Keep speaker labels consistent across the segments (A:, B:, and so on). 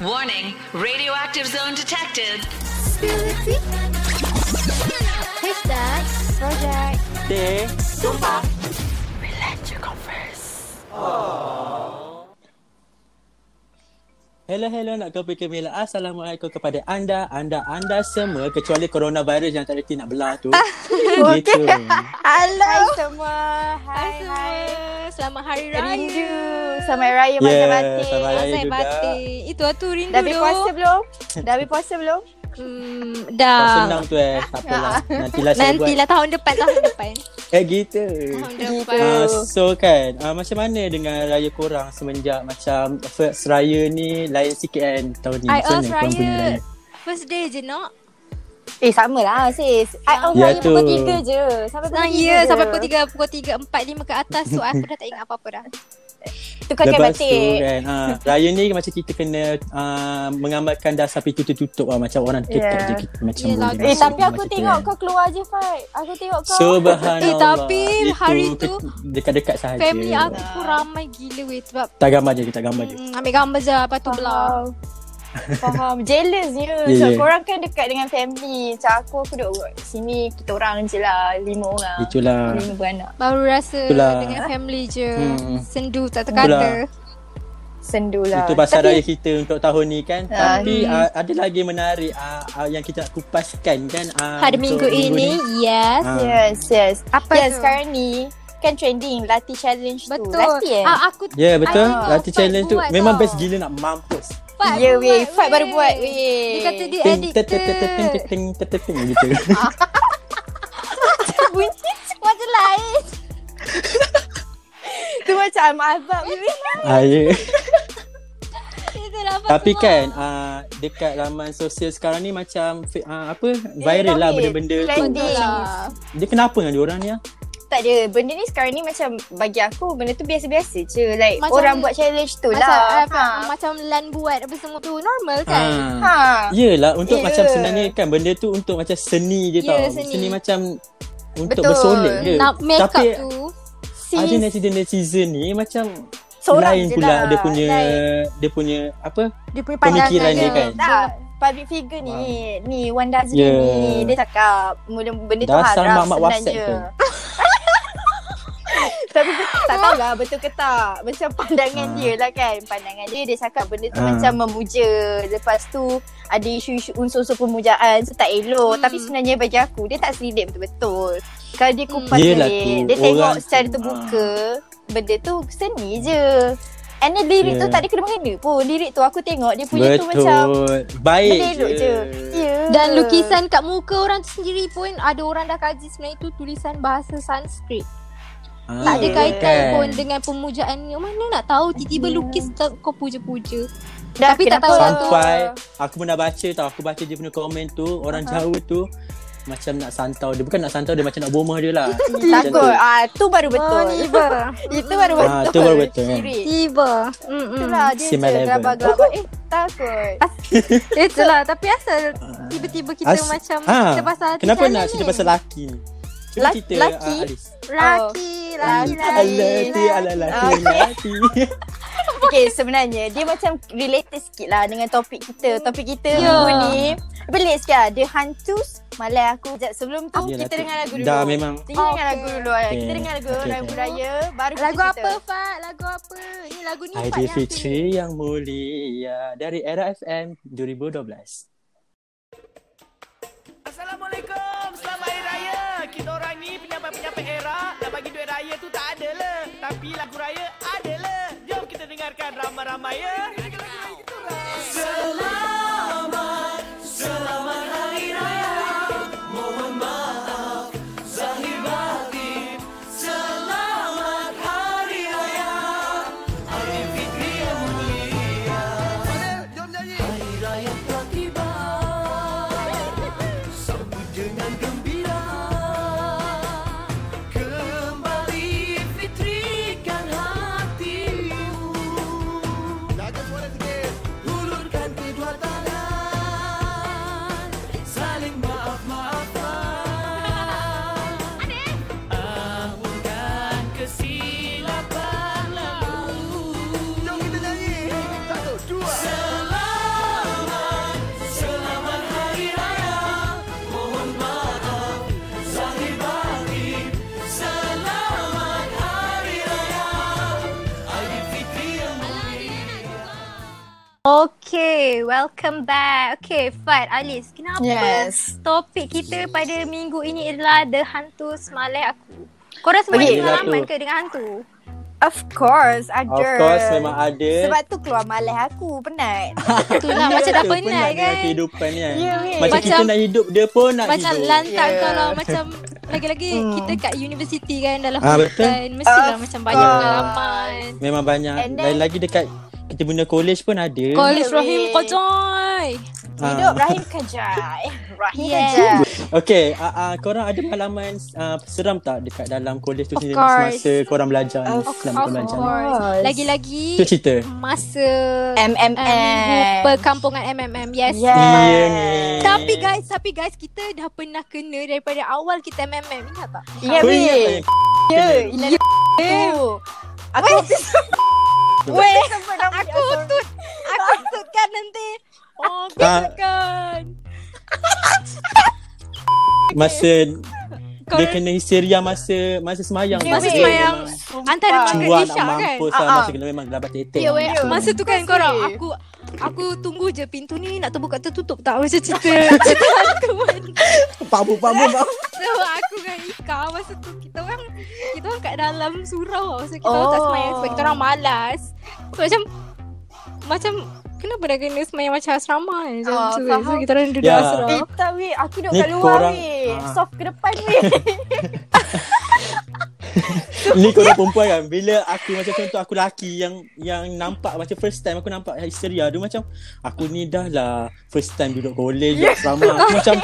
A: Warning, radioactive zone detected.
B: Hashtag Project
C: Hello, hello nak kopi Kemila. Assalamualaikum kepada anda, anda, anda semua kecuali coronavirus yang tak reti nak belah tu. gitu.
B: Hai
D: Hello.
B: semua Hai hai
D: Selamat Hari
B: Rindu
D: Raya.
B: Selamat Raya
C: Ya,
B: yeah,
C: selamat
B: Batik
C: Raya.
D: Azai
C: juga.
D: batik. Itu tu rindu
B: Dah habis
D: doh.
B: puasa belum? Dah habis puasa belum?
D: Hmm,
C: Tak
D: dah.
C: senang tu eh. Tak apalah. Nantilah saya
D: Ya. Nantilah tahun depan, tahun depan.
C: buat. Eh, gitu.
D: Tahun depan.
C: Uh, so kan uh, Macam mana dengan raya korang Semenjak macam First raya ni Lain sikit kan Tahun ni
D: I
C: Macam mana
D: off
C: korang punya
D: raya. First day je nak.
B: Eh sama lah sis I on
C: Ya
B: Raya pukul
C: tu.
B: 3 je Sampai pukul
D: Nah,
B: 3
D: ya,
B: je.
D: sampai pukul 3, pukul 3, 4, 5 ke atas tu aku dah tak ingat apa-apa dah.
B: Tukar Eh, kain
C: Lepas tu
B: batik
C: kan ha, Raya ni macam kita kena uh, Mengamalkan dasar pintu tutup lah Macam orang tutup
B: Yeah.
C: yeah. je kita, Macam
D: Yelah,
C: boleh
B: Eh
D: tu.
C: masuk,
B: tapi aku
C: macam tu
B: tengok
C: kan.
B: kau keluar je Fai Aku tengok kau
C: Subhanallah
D: Eh, tapi hari
C: Itu
D: tu
C: ke- Dekat-dekat sahaja
D: Family aku pun ramai gila weh sebab
C: Tak gambar je Kita gambar je
D: hmm, ambil gambar je lepas tu belah.
B: Faham Faham Jealous je yeah,
C: Ya,
B: So
C: ya.
B: korang kan dekat dengan family Macam aku aku duduk sini Kita orang je lah Lima orang
C: Itulah
B: Lima beranak
D: Baru rasa
C: Itulah.
D: dengan family je.
C: Hmm.
D: Sendu tak terkata.
B: Sendu lah
C: Itu
B: Tapi-
C: pasal raya kita untuk tahun ni kan.
B: Ah,
C: Tapi uh, ada lagi menarik uh, uh, yang kita nak kupaskan kan. Uh,
D: Hari minggu ini, yes.
C: Ah.
B: Yes, yes.
D: Apa
B: yes,
D: tu?
B: sekarang ni kan trending Lati challenge tu.
D: Betul.
B: Lati eh?
D: Ah, aku
C: Ya yeah, betul.
D: I
C: Lati
D: buat,
C: challenge tu
D: buat
C: memang
D: tau.
C: best gila nak mampus.
D: Fat
B: Ya, weh.
D: buat,
B: Fat baru buat, weh.
D: Dia kata dia
C: Ting ting ting ting ting
D: addicted.
C: ting ting ting, ting gitu.
B: bunyi macam
D: lah, eh.
B: lain. tu macam I'm azab baby.
C: Ah, ya.
D: Itu dapat
C: Tapi
D: keluar.
C: kan uh, dekat laman sosial sekarang ni macam fi- ah, apa viral lah
B: Covid,
C: benda-benda tu.
B: trending.
D: Betul lah.
C: Dia kenapa dengan diorang ni ah?
B: Tak ada. Benda ni sekarang ni macam bagi aku benda tu biasa-biasa je. Like
D: Macam-
B: orang buat challenge tu
D: Macam, eh,
B: lah.
D: apa, macam lan buat apa semua tu normal kan.
C: Ah.
B: ha. Ha.
C: Yelah untuk
B: Ya.
C: yeah. macam sebenarnya kan benda tu untuk macam seni je
D: Ya,
C: tau.
D: seni.
C: seni macam untuk
B: Betul.
C: bersolek je.
D: Nak make up
C: Tapi
D: tu.
B: Si
C: ada netizen-netizen ni macam
B: seorang
C: lain
B: je
C: pula
B: lah.
C: dia punya
B: Like,
C: dia punya apa
D: Dia punya
C: pemikiran dia kan.
B: tak. Public figure ni. Ni Wanda Azli
C: Ya.
B: ni. Dia cakap mula benda tu
C: Dasar
B: haram
C: mak-mak WhatsApp
B: sebenarnya. Tapi betul, tak tahu lah betul ke tak. Macam pandangan
C: Ha.
B: dia lah kan. Pandangan dia, dia cakap benda tu
C: Ha.
B: macam memuja. Lepas tu ada isu-isu unsur-unsur pemujaan. So tak elok.
D: Hmm.
B: Tapi sebenarnya bagi aku, dia tak selidik betul-betul. Kalau dia kupas
C: Hmm. Yelah
B: selit,
C: tu,
B: dia tengok
C: orang
B: secara
C: tu, Ah.
B: terbuka. Benda tu seni je. And then lirik tu
C: Yeah.
B: tak ada kena-mengena pun. Lirik tu aku tengok, dia punya tu
C: Ya. betul
B: macam
C: baik
B: benda elok je. Ya. Yeah.
C: eh.
D: Dan lukisan kat muka orang tu sendiri pun ada orang dah kaji sebenarnya tu tulisan bahasa Sanskrit.
C: Ah,
D: Tak ada
B: Ya,
D: kaitan
C: kan.
D: pun dengan pemujaan ni. Mana nak tahu tiba-tiba lukis tak, kau puja-puja.
B: Dah,
D: tapi tak
B: kenapa?
D: tahu lah tu.
C: sampai aku pernah baca tau aku baca dia punya komen tu orang
B: Aha.
C: jauh tu macam nak santau dia bukan nak santau dia macam nak bomah dia lah Macam
B: Takut.
C: tu.
B: Ah, tu baru betul.
D: Ah, ni Hmm. bah.
B: Itu baru betul.
C: Ah, tu baru betul, kan?
B: Sirik.
D: Tiba. Mm-mm.
B: Itulah dia
C: Same
B: je
C: level.
B: gelabah-gelabah. Eh, takut.
D: Itulah tapi asal tiba-tiba kita
C: Hmm. As-
D: macam
C: ah,
D: kita pasal hati
C: kenapa
D: jalan
C: nak
D: ni?
C: cerita pasal laki ni cuba
B: Laki-
C: cerita
B: laki?
C: ah, Alis
D: laki laki laki.
C: Laki, ala laki,
D: Oh.
C: laki.
B: Okay, sebenarnya dia macam related sikit lah dengan topik kita. Topik kita
D: Ya.
B: yeah. ni pelik sikit lah. Dia hantus Malay aku. Sekejap, sebelum tu
C: Yelah,
B: kita
C: tu.
B: dengar lagu dulu.
C: Dah memang
B: Kita dengar
D: Okay.
B: lagu dulu. Okay. Kita
C: Okay.
B: dengar lagu
C: Okay,
B: lagu
C: okay.
B: raya. Baru
D: Lagu
B: kita
D: apa
B: cerita.
D: Fat? Lagu apa? Ni lagu ni Fat yang aku
C: Aidilfitri yang mulia dari Era FM 2012
E: Assalamualaikum, selamat hari raya. Kita orang ni penyampai-penyampai era nak bagi duit raya tu tak ada le. Tapi lagu raya ada le. Jom kita dengarkan ramai-ramai ya.
F: Kembali fitrikan hatimu
D: Okay, welcome back. Okay, Fat, Alis, kenapa
B: Yes.
D: topik kita pada minggu ini adalah The Hantu Semalai Aku? Korang semua
B: Okay.
D: ada pengalaman
C: Yelah tu.
D: ke dengan hantu?
B: Of course, ada.
C: Of course memang ada.
B: Sebab tu keluar malas aku, penat.
C: Ya
D: Itulah, lah, macam dah
C: ke?
D: penat
C: dengan
D: kan?
C: kehidupan kan.
B: Ya, weh.
C: Macam, kita
D: Macam-
C: nak hidup, dia pun nak
D: Macam
C: hidup.
D: lantak
B: Yeah.
D: yeah. kalau macam lagi-lagi kita kat universiti kan dalam
C: Ah, betul.
D: hutan mestilah
B: Of
D: macam banyak
B: course.
D: pengalaman.
C: Memang banyak.
B: And then-
C: Lain lagi dekat kita guna college pun ada.
D: College
B: Yeah,
D: Rahim
B: weh.
D: Kojoy.
C: Ah.
B: Hidup Rahim Kajai. Rahim
D: Yeah.
B: Kajai.
C: Okay, uh, uh, korang ada pengalaman uh, seram tak dekat dalam college tu
D: Of
C: sendiri
D: course.
C: semasa korang belajar ni?
B: Of
C: Selama
D: Of
C: korang belajar ni.
D: course.
B: Yes.
D: Lagi-lagi
C: Itu cerita.
D: masa
B: MMM.
D: um, perkampungan MMM. Yes.
B: Yes.
C: Ya ni.
D: Tapi guys, tapi guys kita dah pernah kena daripada awal kita MMM ingat tak?
B: Ya,
C: Kau ingat
B: weh.
C: tak
B: Ya, ya. tu. Aku Weh, aku tu.
D: Aku tutkan nanti. Oh,
C: Ah.
D: tutkan.
C: masa
D: Kau
C: dia kena histeria masa masa semayang.
B: Ya,
D: masa
B: weh.
D: semayang
C: memang
D: antara maghrib
C: Cuan nak
D: isyak kan?
C: mampus lah
B: Ah, ah.
C: masa kena memang gelabah tetek.
D: Ya weh,
C: langsung.
D: masa tu kan
B: Kau
D: korang
B: sedih.
D: aku aku tunggu je pintu ni nak terbuka tertutup tak macam cerita cerita hantuan.
C: Pabu, pabu, pabu.
D: So aku dengan Ika masa tu kita orang kita orang kat dalam surau tau. So kita
B: Oh.
D: orang tak semayang sebab kita orang malas. So macam macam kenapa dah kena semayang macam asrama kan? Macam
B: Oh,
D: tu kan. So
B: faham.
D: kita orang duduk
C: Ya.
D: yeah. asrama.
B: Kita Eh, weh, aku duduk
C: Ni
B: kat luar
C: korang-
B: weh.
C: Ah.
B: Soft ke depan weh.
C: Ni korang perempuan kan Bila aku macam contoh Aku lelaki yang Yang nampak Macam first time Aku nampak hysteria Dia macam Aku ni dah lah First time duduk college Duduk asrama Aku macam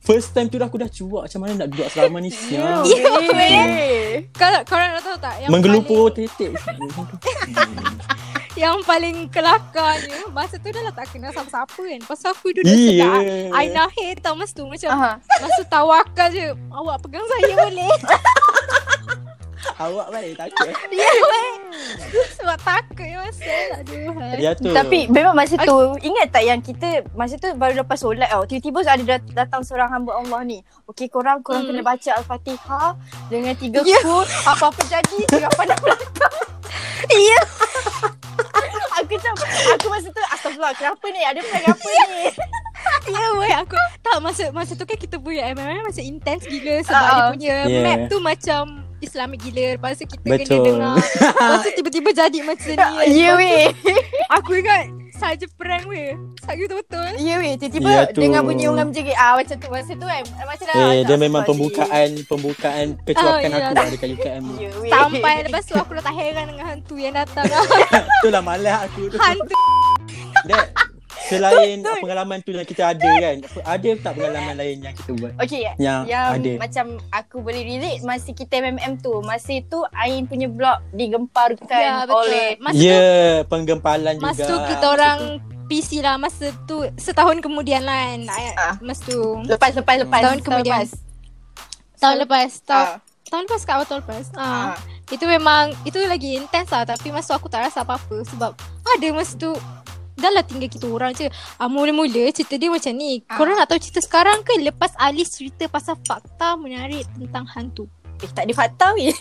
C: First time tu dah aku dah cuak Macam mana nak duduk asrama ni Siang
B: Ya,
D: Kalau korang dah tahu tak yang
C: Menggelupur "Hmm." tetek
D: paling, yang paling kelakarnya masa tu dah lah tak kenal siapa-siapa kan. Pasal aku duduk
C: Iya.
D: yeah. dekat Aina Hair tau masa tu macam
B: Aha.
D: Masa tawakal je Awak pegang saya boleh
C: Awak balik takut
D: Ya weh Sebab takut masa Aduh
C: Ya tu
B: Tapi memang masa tu Ingat tak yang kita Masa tu baru lepas solat tau Tiba-tiba ada dat- datang seorang hamba Allah ni Okay korang Korang
D: Hmm.
B: kena baca Al-Fatihah Dengan tiga yeah. kur Apa-apa jadi Jangan pandang belakang Ya Aku macam Aku masa tu Astagfirullah Kenapa ni Ada pelang apa ni
D: Ya weh aku Tak masa masa tu kan kita punya MMM Masa intense gila Sebab
B: Ah.
D: dia punya
C: Yeah.
D: yeah. map tu macam Islamic gila Lepas tu kita Betul. kena
C: Betul.
D: dengar Lepas tu tiba-tiba jadi macam ni
B: Ya weh
D: Aku ingat Saja prank weh Saja betul-betul
B: Ya weh Tiba-tiba
C: Ya tu.
B: Dengan bunyi ungam je Ah Macam tu Masa tu kan Macam dah
C: Eh dia
B: Astagfirullah.
C: memang pembukaan Pembukaan Kecuakan
D: Oh, ya.
C: aku lah Dekat UKM ni
B: Ya weh
D: Sampai lepas tu aku dah tak heran dengan hantu yang datang
C: Itulah malas aku tu
D: Hantu
C: That, Selain pengalaman tu yang kita ada kan Ada tak pengalaman lain yang kita buat
B: Okay
C: Yang
B: yang, ya. yang
C: ada.
B: ada. macam aku boleh relate masa kita MMM tu. Masa tu Ain punya blog digemparkan ya, oleh
D: Masa
C: ya,
D: tu
C: yeah, penggempalan juga.
D: Masa tu kita orang PC lah masa tu setahun kemudian lah kan.
B: Ah.
D: Ah. Masa tu
B: lepas lepas lepas
D: Tahun kemudian.
B: lepas.
D: tahun lepas tahun,
B: Ah.
D: tahun lepas ke awal tahun lepas.
B: Ah.
D: Ah. Itu memang itu lagi intense lah tapi masa tu aku tak rasa apa-apa sebab ada masa tu dah lah tinggal kita orang je. Ah, mula-mula cerita dia macam ni.
B: Ah.
D: Korang nak tahu cerita sekarang ke lepas Alis cerita pasal fakta menarik tentang hantu?
B: Eh tak ada fakta weh.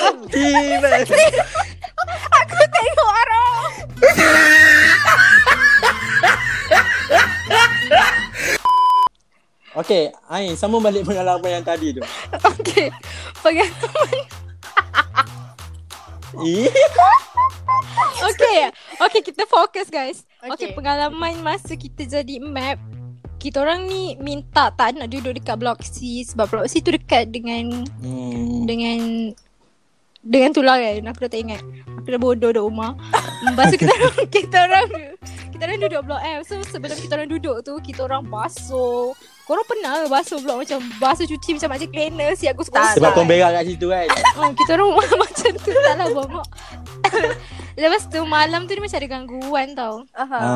C: Tiba.
D: Tengok arah.
C: Okey, Ain, sambung balik pengalaman yang tadi tu.
D: Okey. Pengalaman
C: Ih.
D: Okay Okay kita fokus guys
B: Okay.
D: okay. okay pengalaman masa kita jadi map Kita orang ni minta tak nak duduk dekat blok C Sebab blok C tu dekat dengan
C: Hmm.
D: Dengan Dengan tu lah kan Aku dah tak ingat Aku dah bodoh duduk rumah Lepas tu kita orang Kita orang Kita orang duduk blok F So sebelum kita orang duduk tu Kita orang basuh Korang pernah ke basuh blok macam Basuh cuci macam macam cleaner Siap aku
B: Tak,
C: Sebab
B: tak.
C: pemberak kat situ kan.
D: Oh, kita orang macam tu tak lah bongok. Lepas tu malam tu dia macam ada gangguan tau.
B: Aha.
C: ha.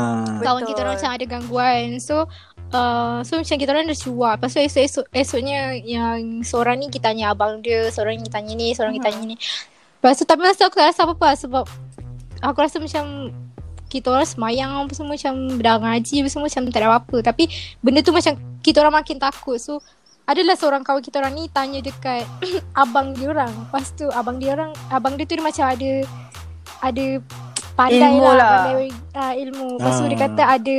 D: Kawan
B: Betul.
D: kita orang macam ada gangguan. So uh, so macam kita orang dah cuak. Lepas tu esok-esok esoknya yang seorang ni kita tanya abang dia, seorang ni tanya ni, seorang ni tanya ni. Lepas tu tapi masa tu aku tak rasa apa-apa sebab aku rasa macam kita orang semayang apa semua macam dah ngaji apa semua macam tak ada apa-apa. Tapi benda tu macam kita orang makin takut. So adalah seorang kawan kita orang ni tanya dekat abang dia orang. Lepas tu abang dia orang abang dia tu dia macam ada ada pandai
B: Ilmu
D: lah,
B: lah.
D: pandai uh, ilmu. Lepas tu dia
C: Ah.
D: kata ada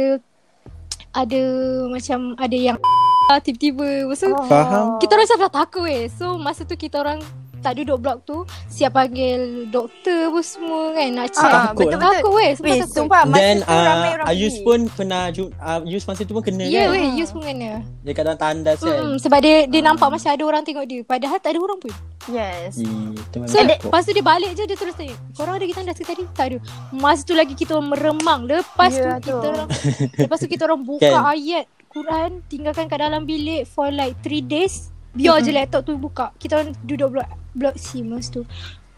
D: ada macam ada yang lah tiba-tiba. Lepas tu
B: Oh.
C: Faham?
D: kita orang macam dah takut eh. So masa tu kita orang tak duduk blok tu siap panggil doktor pun semua kan nak check.
C: Ah,
B: betul.
C: betul,
D: Takut eh. Semua
B: Weh,
D: takut.
B: sumpah masa
C: Then
B: tu ramai
C: uh,
B: orang
C: Ayus
B: pergi.
C: pun pernah ju- uh, Ayus masa tu pun kena
D: Ya yeah,
C: kan
D: weh, you semua kena.
C: Dekat dalam tandas kan
D: Hmm, sebab dia dia nampak macam ada orang tengok dia. Padahal tak ada orang pun.
B: Yes.
C: Ih, Itu memang
D: So,
C: takut.
D: lepas tu dia balik je dia terus tanya, korang ada kita ke tadi? Tak ada. Masa tu lagi kita orang meremang. Lepas
B: Ya, tu.
D: tu kita orang lepas tu kita orang buka
C: Kan?
D: ayat Quran, tinggalkan kat dalam bilik for like 3 days. Biar je laptop tu buka. Kita orang duduk blok blok C masa tu.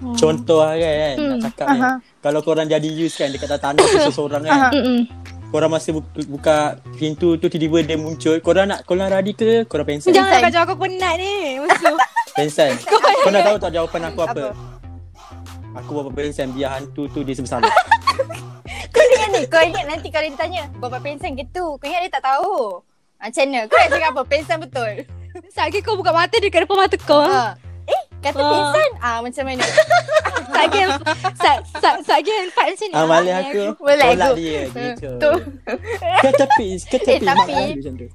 D: Hmm.
C: Contoh lah kan, kan Nak
D: Hmm.
C: cakap
B: Aha.
C: kan Kalau korang jadi Ayus kan Dekat dalam tandas seseorang kan
B: Aha.
D: Mm-mm.
C: Korang masa bu- buka pintu tu Tiba-tiba dia muncul Korang nak Korang ready ke Korang pensan
D: Jangan
B: Pensan.
D: kau jawab aku penat ni. Masa tu.
C: Pensan Kau nak tahu tak jawapan aku apa,
B: Apa?
C: Aku berapa pensan Biar hantu tu dia sebesar
B: Kau ingat ni Kau ingat nanti kalau dia tanya Berapa pensan ke tu Kau ingat dia tak tahu Ah, Macam mana Kau nak cakap apa Pensan betul
D: Sakit kau buka mata dia kat depan mata kau.
B: ha. Eh kata
D: Ah.
B: pensan Ah macam mana
D: Sakit sakit sakit empat macam ni.
C: Ah, balik aku
B: Boleh
C: Tolak
B: aku. Hmm,
C: dia gitu
B: Tu
C: Ke tepi Ke tepi
B: Eh, tapi-
C: mak aku macam tu.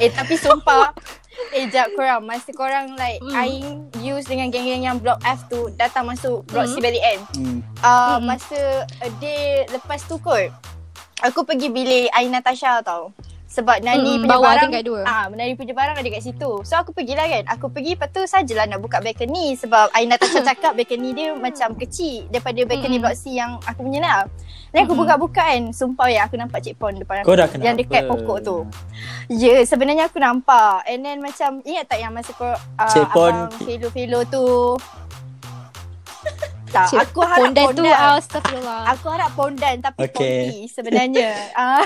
B: Eh tapi sumpah Eh jap korang Masa korang like
C: Hmm.
B: Aing use dengan geng-geng yang Block F tu Datang masuk Block C balik kan
C: Hmm.
B: uh,
D: Mm-mm.
B: Masa a day Lepas tu kot Aku pergi bilik Ain Natasha tau Sebab Nani
D: Mm-mm,
B: punya
D: bawah
B: barang
D: tingkat dua.
B: Ah, Nani punya barang ada kat situ So aku pergilah kan Aku pergi Lepas tu sajalah nak buka balcony Sebab Ain Natasha cakap Balcony dia macam kecil Daripada balcony
D: Mm-mm.
B: block C yang aku punya lah Dan aku buka-buka kan Sumpah ya aku nampak Cik Pon depan aku
C: Kau dah kenapa
B: Yang dekat pokok tu Ya yeah, sebenarnya aku nampak And then macam Ingat tak yang masa kau uh,
C: Cik Pon.
B: Abang Felo-Felo tu Tak
D: Cik,
B: Ah, aku harap
D: Pondan tu ah,
B: Pondan.
D: astagfirullah.
B: Aku harap pondan tapi
C: Okay.
B: okay. ponti sebenarnya. Ah,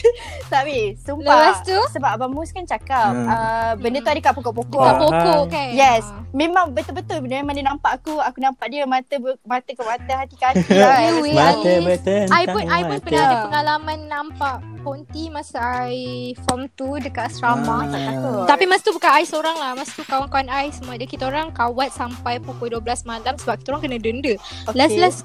B: tak weh, sumpah.
D: Lepas tu?
B: Sebab Abang Mus kan cakap
C: Hmm.
B: hmm. uh, benda tu ada kat pokok-pokok.
D: Dekat
C: Faham.
D: pokok kan.
B: Yes,
D: Ah.
B: memang betul-betul benda memang dia nampak aku, aku nampak dia mata ber, mata ke mata, hati ke hati lah. Lepas
D: You
B: tu-
D: weh,
C: Mata
D: Alice.
C: bertentang
D: I pun I pun
C: mata.
D: pernah ada pengalaman nampak Ponti masa I form 2 dekat
C: Ah.
D: asrama.
B: Hmm.
D: Tapi masa tu bukan I seorang lah Masa tu kawan-kawan I Semua dia kita orang kawat Sampai pukul 12 malam Sebab kita orang kena denda okay. Last last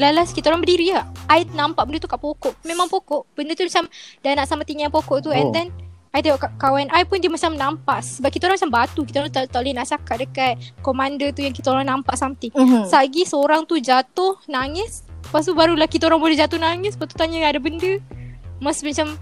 D: Last last kita orang berdiri lah I nampak benda tu kat pokok Memang pokok Benda tu macam Dah nak sama tinggi dengan pokok tu oh.
C: Oh.
D: And then I tengok ka- kawan I pun dia macam nampak Sebab kita orang macam batu Kita orang tak, tak boleh nak cakap dekat Komander tu yang kita orang nampak something
B: Mhm.
D: Sagi seorang tu jatuh Nangis Lepas tu barulah kita orang boleh jatuh nangis Lepas tu tanya ada benda Mas macam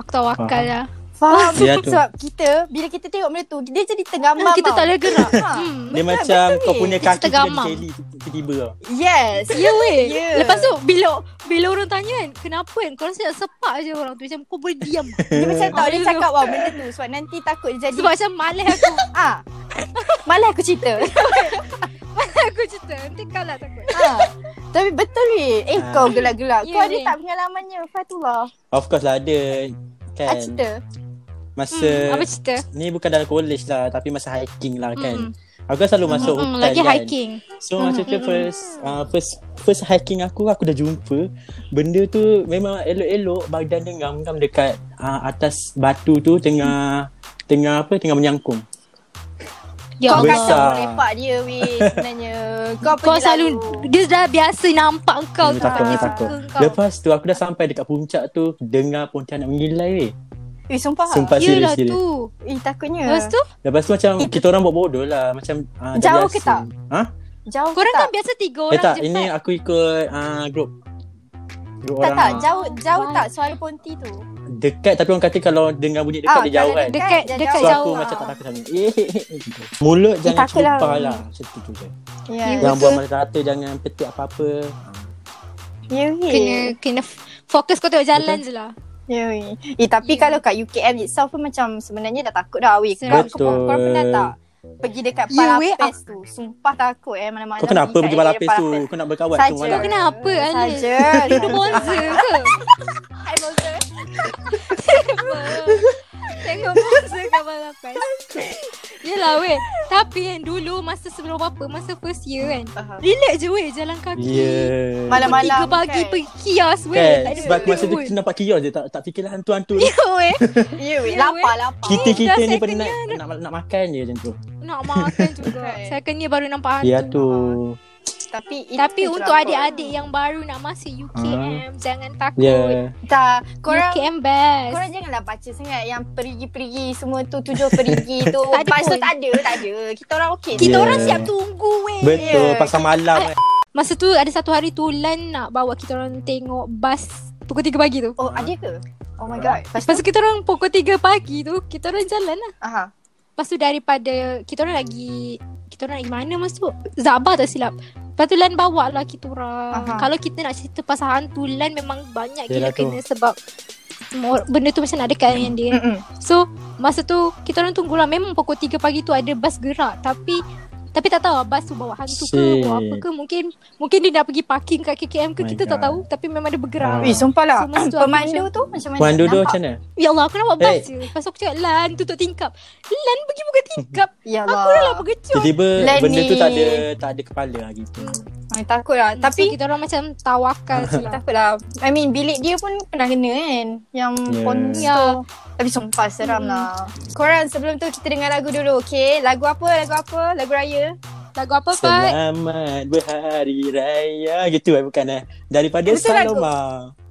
D: Aku tawakal lah
B: Faham
C: Ya tu.
B: Sebab kita Bila kita tengok benda tu Dia jadi tenggamam
D: Ah, Kita tak
B: tau.
D: boleh gerak
B: Ha.
D: hmm.
C: Dia macam
B: betul
C: kau
B: weh.
C: punya kaki
D: Dia
C: tu jadi
D: tergamam.
C: jeli tiba-tiba. tau.
B: Yes
D: Ya weh
B: Ya.
D: Lepas tu bila bila orang tanya kan Kenapa kan Korang siap sepak je orang tu Macam kau boleh diam
B: Dia macam tak boleh
D: Aduh.
B: cakap wow benda tu Sebab nanti takut dia jadi
D: Sebab macam malas aku
B: ah. Malah aku cerita
D: Malas aku cerita Nanti kau lah takut
B: ha. Tapi betul weh Eh
C: Ah.
B: kau gelak-gelak Kau
D: Ya,
B: ada
D: weh.
B: tak pengalamannya Fatullah
C: Of course lah ada
B: Ah,
C: kan.
B: cerita
C: Masa
D: hmm. Apa cerita
C: ni bukan dalam college lah tapi masa hiking lah kan.
D: Mm.
C: Aku kan selalu masuk
D: hmm,
C: hutan
D: Lagi
C: kan.
D: hiking Hmm,
C: So macam tu first uh, first first hiking aku aku dah jumpa benda tu memang elok-elok badan dia ngam-ngam dekat uh, atas batu tu tengah tengah apa tengah menyangkung.
D: Ya
B: Kau
C: Allah.
B: kan tak
C: Besar.
B: lepak dia weh Sebenarnya Kau,
D: kau
B: pergi
D: selalu
B: lalu.
D: Dia dah biasa nampak kau
C: Dia Hmm, takut,
D: tau.
C: dia
D: Dia
C: takut.
D: suka kau.
C: Lepas tu aku dah sampai dekat puncak tu dengar pontianak mengilai weh.
B: Eh sumpah
C: Sumpah serius
D: Yelah
C: serius.
D: tu
B: Eh takutnya
D: Lepas tu
C: Lepas tu macam kita orang buat bodoh lah macam uh,
B: Jauh ke tak?
C: Ha?
B: Jauh
D: Korang
B: ke
D: kan
B: tak?
D: biasa tiga
C: Eh
D: orang
C: tak,
D: je
C: ini
D: Fat.
C: aku ikut uh, grup Grup
B: Tak
C: orang
B: tak
C: ah.
B: jauh jauh
D: Why?
B: tak suara ponti tu.
C: Dekat tapi orang kata kalau dengar bunyi dekat
B: Ah,
C: dia jauh
B: kalau
C: kan
D: Dekat
B: Dekat
D: dekat
C: So
B: jauh.
C: aku
D: jauh
C: macam tak takut sangat Eh, eh, eh, eh, gitu. Mulut jangan
B: takut lah.
C: celupar lah Macam tu tu je
B: Ya.
C: Yang
D: betul.
C: buat mata rata jangan petik apa-apa
B: Ya weh.
D: Kena kena f- fokus kau tengok jalan je lah
B: Ya weh. Eh tapi
D: Ya.
B: kalau kat UKM itself pun macam sebenarnya dah takut dah weh. Kau,
C: Betul.
B: kau, kau pernah tak? Pergi dekat
D: Ya, weh,
B: Palapes tu. Sumpah takut eh malam-malam.
C: Kau kenapa
B: kat
C: pergi
B: area
C: balapis tu Kau nak berkawan
B: Saja.
C: semua malam Ya.
D: Kau kenapa Alis
B: Saja.
D: Kau bonzer ke
B: Hai Monster.
D: Tengok masa gambar lapan Yelah weh Tapi kan dulu Masa sebelum apa Masa first year kan Relax je weh Jalan kaki
C: Ya
B: Malam-
D: Pukul tiga
B: Malam-malam,
D: pagi
B: kan?
D: pergi kios weh
C: Kan
D: Tak ada
C: Sebab
D: benda
C: masa tu
D: pun.
C: kita nampak kios je Tak, tak fikirlah hantu-hantu ni.
D: Ya weh
B: Ya weh,
D: Ya, weh.
B: lapar lapar.
C: Kita-kita
D: dah
C: ni
D: saya
C: penat nak, nak makan je macam tu
D: Nak makan juga kan
B: Right.
D: Saya kan ni baru nampak hantu
C: Ya tu
B: Tapi itu
D: Tapi
B: je
D: untuk
B: lah
D: adik-adik yang baru nak masuk
C: Hmm.
D: UKM, jangan takut.
C: Yeah.
B: kot. Tak Korang
D: UKM best.
B: Korang janganlah baca sangat Yang perigi-perigi Semua tu tujuh perigi tu
D: Tak ada
B: Pasal
D: pun.
B: tak ada Tak ada Kita orang Ya. okey
D: Kita
C: Yeah.
D: orang siap tunggu weh.
C: Betul,
B: Yeah.
C: pasal malam kan.
D: Masa tu ada satu hari tu Lan nak bawa kita orang tengok bas pukul 3 pagi tu.
B: Oh ada ke? Oh my god Lepas
D: Lepas tu kita orang pukul 3 pagi tu kita orang jalan lah.
B: Aha.
D: Lepas tu daripada kita orang lagi kita orang lagi mana masa tu? Zabah tak silap. Lepas tu Lan bawa lah kita orang.
B: Aha.
D: Kalau kita nak cerita pasal hantu Lan memang banyak gila
C: Yelah tu.
D: kena sebab semua or- benda tu macam nak dekat dengan dia.
B: Mm-mm.
D: So masa tu kita orang tunggulah memang pukul 3 pagi tu ada bas gerak tapi tapi tak tahu lah bas tu bawa hantu
C: Shit.
D: ke bawa apa ke mungkin mungkin dia nak pergi parking kat KKM ke
C: My
D: kita tak
C: God.
D: tahu tapi memang dia bergerak.
C: Ah.
B: Weh sumpah lah
D: So, masa tu aku
B: Pemandu tu macam mana?
C: Mandu tu
B: Nampak?
C: macam mana?
D: Ya Allah aku nak buat bas
C: Eh.
D: je. Lepas tu aku cakap Lan tutup tingkap. Lan pergi buka tingkap.
B: Ya
D: aku
B: Allah.
D: dah lah berkecut.
C: Tiba-tiba
B: Lenny.
C: benda tu tak ada tak ada kepala lah gitu.
B: Ay, takut lah
D: Tapi so,
B: Tapi
D: kita orang macam tawakal je lah.
B: takut lah I mean bilik dia pun pernah kena kan Yang
C: Yeah.
B: yeah. pons
D: Ya.
B: tu Tapi sumpah seram
D: Mm.
B: lah Korang sebelum tu kita dengar lagu dulu okay? Lagu apa? Lagu apa? Lagu raya?
D: Lagu apa Fat?
C: Selamat berhari raya gitu eh bukan eh. Daripada
B: Betul lagu.
C: Saloma.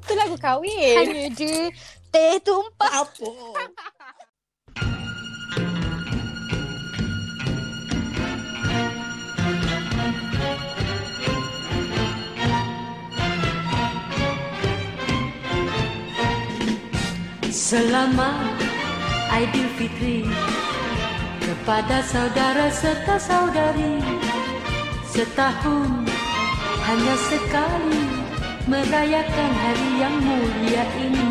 B: Tu lagu kahwin
D: Hanya je teh Eh, tumpah.
C: Apa?
F: Selamat Aidilfitri kepada saudara serta saudari setahun hanya sekali merayakan hari yang mulia ini.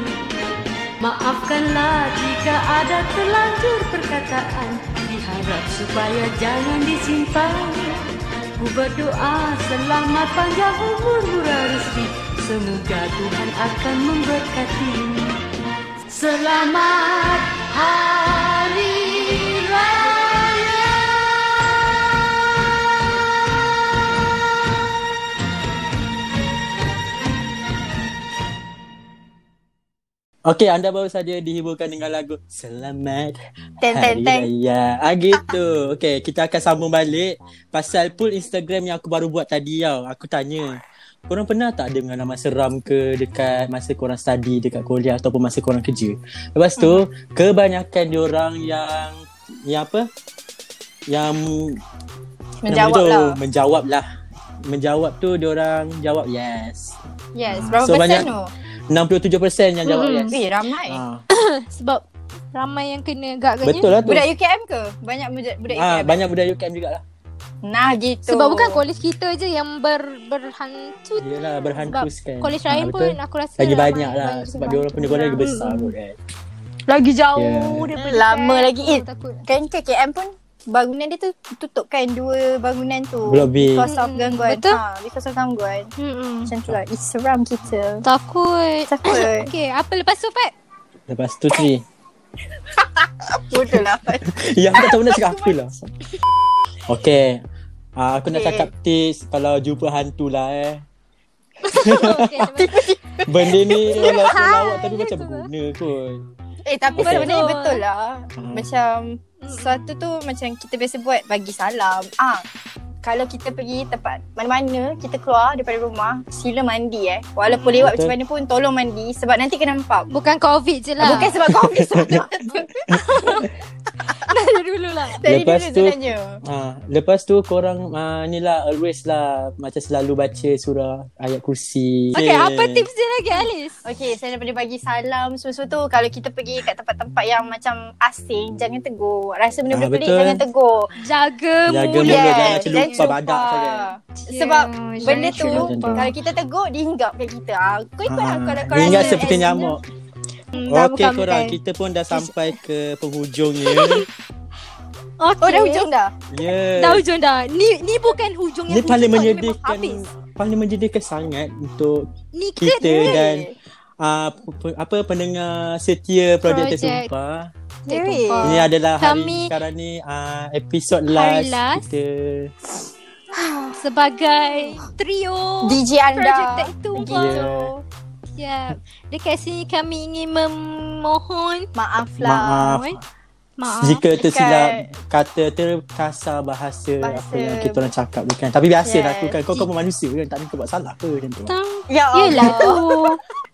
F: Maafkanlah jika ada terlanjur perkataan Diharap supaya jangan disimpan Ku berdoa selamat panjang umur murah rezeki Semoga Tuhan akan memberkati Selamat Hari Raya
C: Okey, anda baru saja dihiburkan dengan lagu Selamat
B: Ten, ten,
C: Hari
B: ten.
C: Raya. Ah gitu. Okey, kita akan sambung balik pasal pool Instagram yang aku baru buat tadi tau. Aku tanya, korang pernah tak ada pengalaman seram ke dekat masa korang study dekat kuliah ataupun masa korang kerja? Lepas tu,
B: Hmm.
C: kebanyakan diorang yang yang apa? Yang
B: Menjawab
C: tu,
B: lah
C: Menjawab lah. Menjawab tu diorang jawab yes.
B: Yes Berapa persen
C: Hmm. So, banyak-
B: tu?
C: 67% yang jawab yes.
B: Weh ramai
C: Ah,
D: Sebab ramai yang kena agak-agaknya.
C: betul lah tu.
B: Budak UKM ke? Banyak budak, budak
C: Ah,
B: UKM?
C: banyak budak UKM jugalah.
B: Nah gitu
D: Sebab bukan kolej kita je yang ber, berhantu
C: Yelah berhantuskan
D: Sebab kolej lain
C: Ah,
D: pun
C: betul.
D: aku rasa
C: Lagi
D: ramai
C: banyak lah
D: banyak
C: Sebab
D: sebab
C: dia orang punya kolej lagi
D: Mm,
C: besar
D: mm.
C: kot kan
D: Lagi jauh
C: Yeah.
D: daripada
B: Lama
D: kan.
B: lagi, Id.
D: Aku takut.
B: Kan KKM pun bangunan dia tu tutup kan dua bangunan tu
C: Lobby.
B: because of
D: Mm-mm.
B: gangguan
D: Hmm, Betul.
B: ha, because of gangguan
D: Mm-mm.
B: macam tu lah it's seram kita
D: Hmm. Takut.
B: Takut.
D: okay, apa lepas tu Pat?
C: Lepas tu Tri
B: bodoh lah
C: Ya aku tak tahu nak cakap apa lah Okay Ah, aku nak
B: Okay.
C: cakap tips kalau jumpa hantu lah eh.
D: okay, lepas-
C: Benda ni walaupun lawak tapi
D: Dia
C: macam
D: tu lah.
C: guna kot.
B: eh tapi
C: Betul.
B: sebenarnya betul lah
C: Hmm.
B: macam sesuatu tu macam kita biasa buat bagi salam ah kalau kita pergi tempat mana-mana kita keluar daripada rumah sila mandi eh walaupun lewat macam
C: Betul.
B: mana pun tolong mandi sebab nanti kena nampak
D: Bukan COVID je lah.
B: bukan sebab covid sebab tu
D: Dari dulu lah.
B: dari
C: Lepas
B: dulu
C: tu-
B: sebenarnya
C: Ha, lepas tu korang ah, ni lah always lah macam selalu baca surah ayat kursi.
D: Okay, apa tips dia lagi Alice?
B: Okay, selain daripada bagi salam semua-semua tu Kalau kita pergi kat tempat-tempat yang macam asing Jangan tegur Rasa benda
C: Ah,
B: pelik
C: betul.
B: jangan tegur
D: Jaga,
C: Jaga
D: mulut.
C: mulut, jangan
B: Yes,
C: celupa badak sangat.
B: Sebab
D: Yeah,
B: benda
D: jangan
B: tu
C: celupa.
B: Kalau kita tegur, dia hinggapkan kita ah, Kau ikut lah kalau kau
C: Ingat
B: rasa
C: seperti
B: as-
C: nyamuk.
D: Hmm, tak,
C: Okey
D: bukan,
C: korang,
D: bukan.
C: kita pun dah sampai ke penghujungnya.
D: Okay.
B: Oh, dah hujung dah?
C: Yeah.
D: Dah hujung dah. Ni ni bukan hujung
C: Ni
D: yang
C: paling
D: hujung tau, ni memang
C: menyedihkan
D: habis.
C: paling menyedihkan sangat untuk
D: Ni ke
C: kita
D: ni?
C: dan uh, apa pendengar setia projek
D: Projek.
C: tersumpah.
D: Tak
B: Weh.
D: tumpah.
C: Ini adalah hari
D: Kami-
C: sekarang ni uh, episod
D: Hari
C: last,
D: last.
C: kita.
D: sebagai trio
B: DJ
D: projek
B: anda
D: tak itu
C: Ya.
D: yeah. Siap. Dekat sini kami ingin memohon
B: Maaf lah
C: Maaf.
D: eh, Maaf.
C: Jika tersilap kata terkasar bahasa, bahasa
B: Bahasa.
C: apa yang kita orang cakap bukan. Tapi biasa yes.
B: Yes.
C: lakukan. Kau kau pun manusia kan. Tak ada kau buat salah ke macam tu.
D: Tang.
B: Ya Allah.
D: Yelah tu.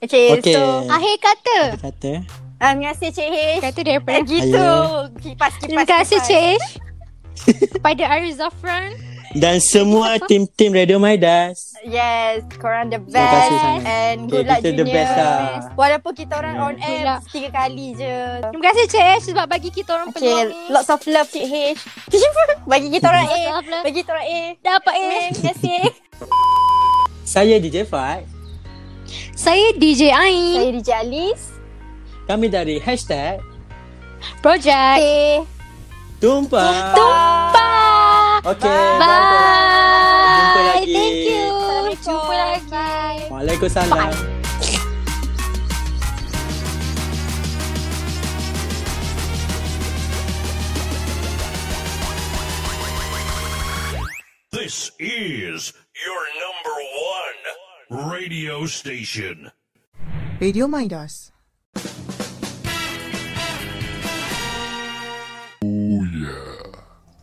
B: Okay,
C: Okey.
B: okay. so
D: Akhir kata.
C: Dia kata
B: uh, terima kasih Cik Hish.
D: Kata
B: Eh,
D: daripada
B: gitu.
C: Ayah.
B: Kipas, kipas.
D: Terima kasih
B: kipas.
D: Cik Ish. Pada Arif Zafran.
C: dan semua tim-tim Radio Maidas.
B: Yes, korang the
C: Terima
B: best.
C: kasih sangat.
B: And good
C: Okay,
B: luck
C: kita
B: junior.
C: the best lah.
B: Walaupun kita orang
C: Yeah.
B: on air
D: Good luck.
B: tiga kali je.
D: Terima kasih Cik Ish sebab bagi kita orang
B: Okay,
D: peluang ni.
B: lots of love Cik Hish. Bagi kita orang A.
D: Lots of love.
B: Bagi kita orang A.
D: Dapat eh.
B: Terima kasih.
C: Saya DJ Fat.
D: Saya DJ Ain.
B: Saya DJ Alice.
C: Kami dari hashtag
D: Project.
B: Okay.
C: Tumpah.
D: Tumpah.
C: Okay.
D: Bye.
C: Jumpa lagi.
D: Thank you.
B: Assalamualaikum.
D: Jumpa lagi. Bye.
C: Waalaikumsalam. Bye.
G: This is your number one radio station.
H: Radio Midas.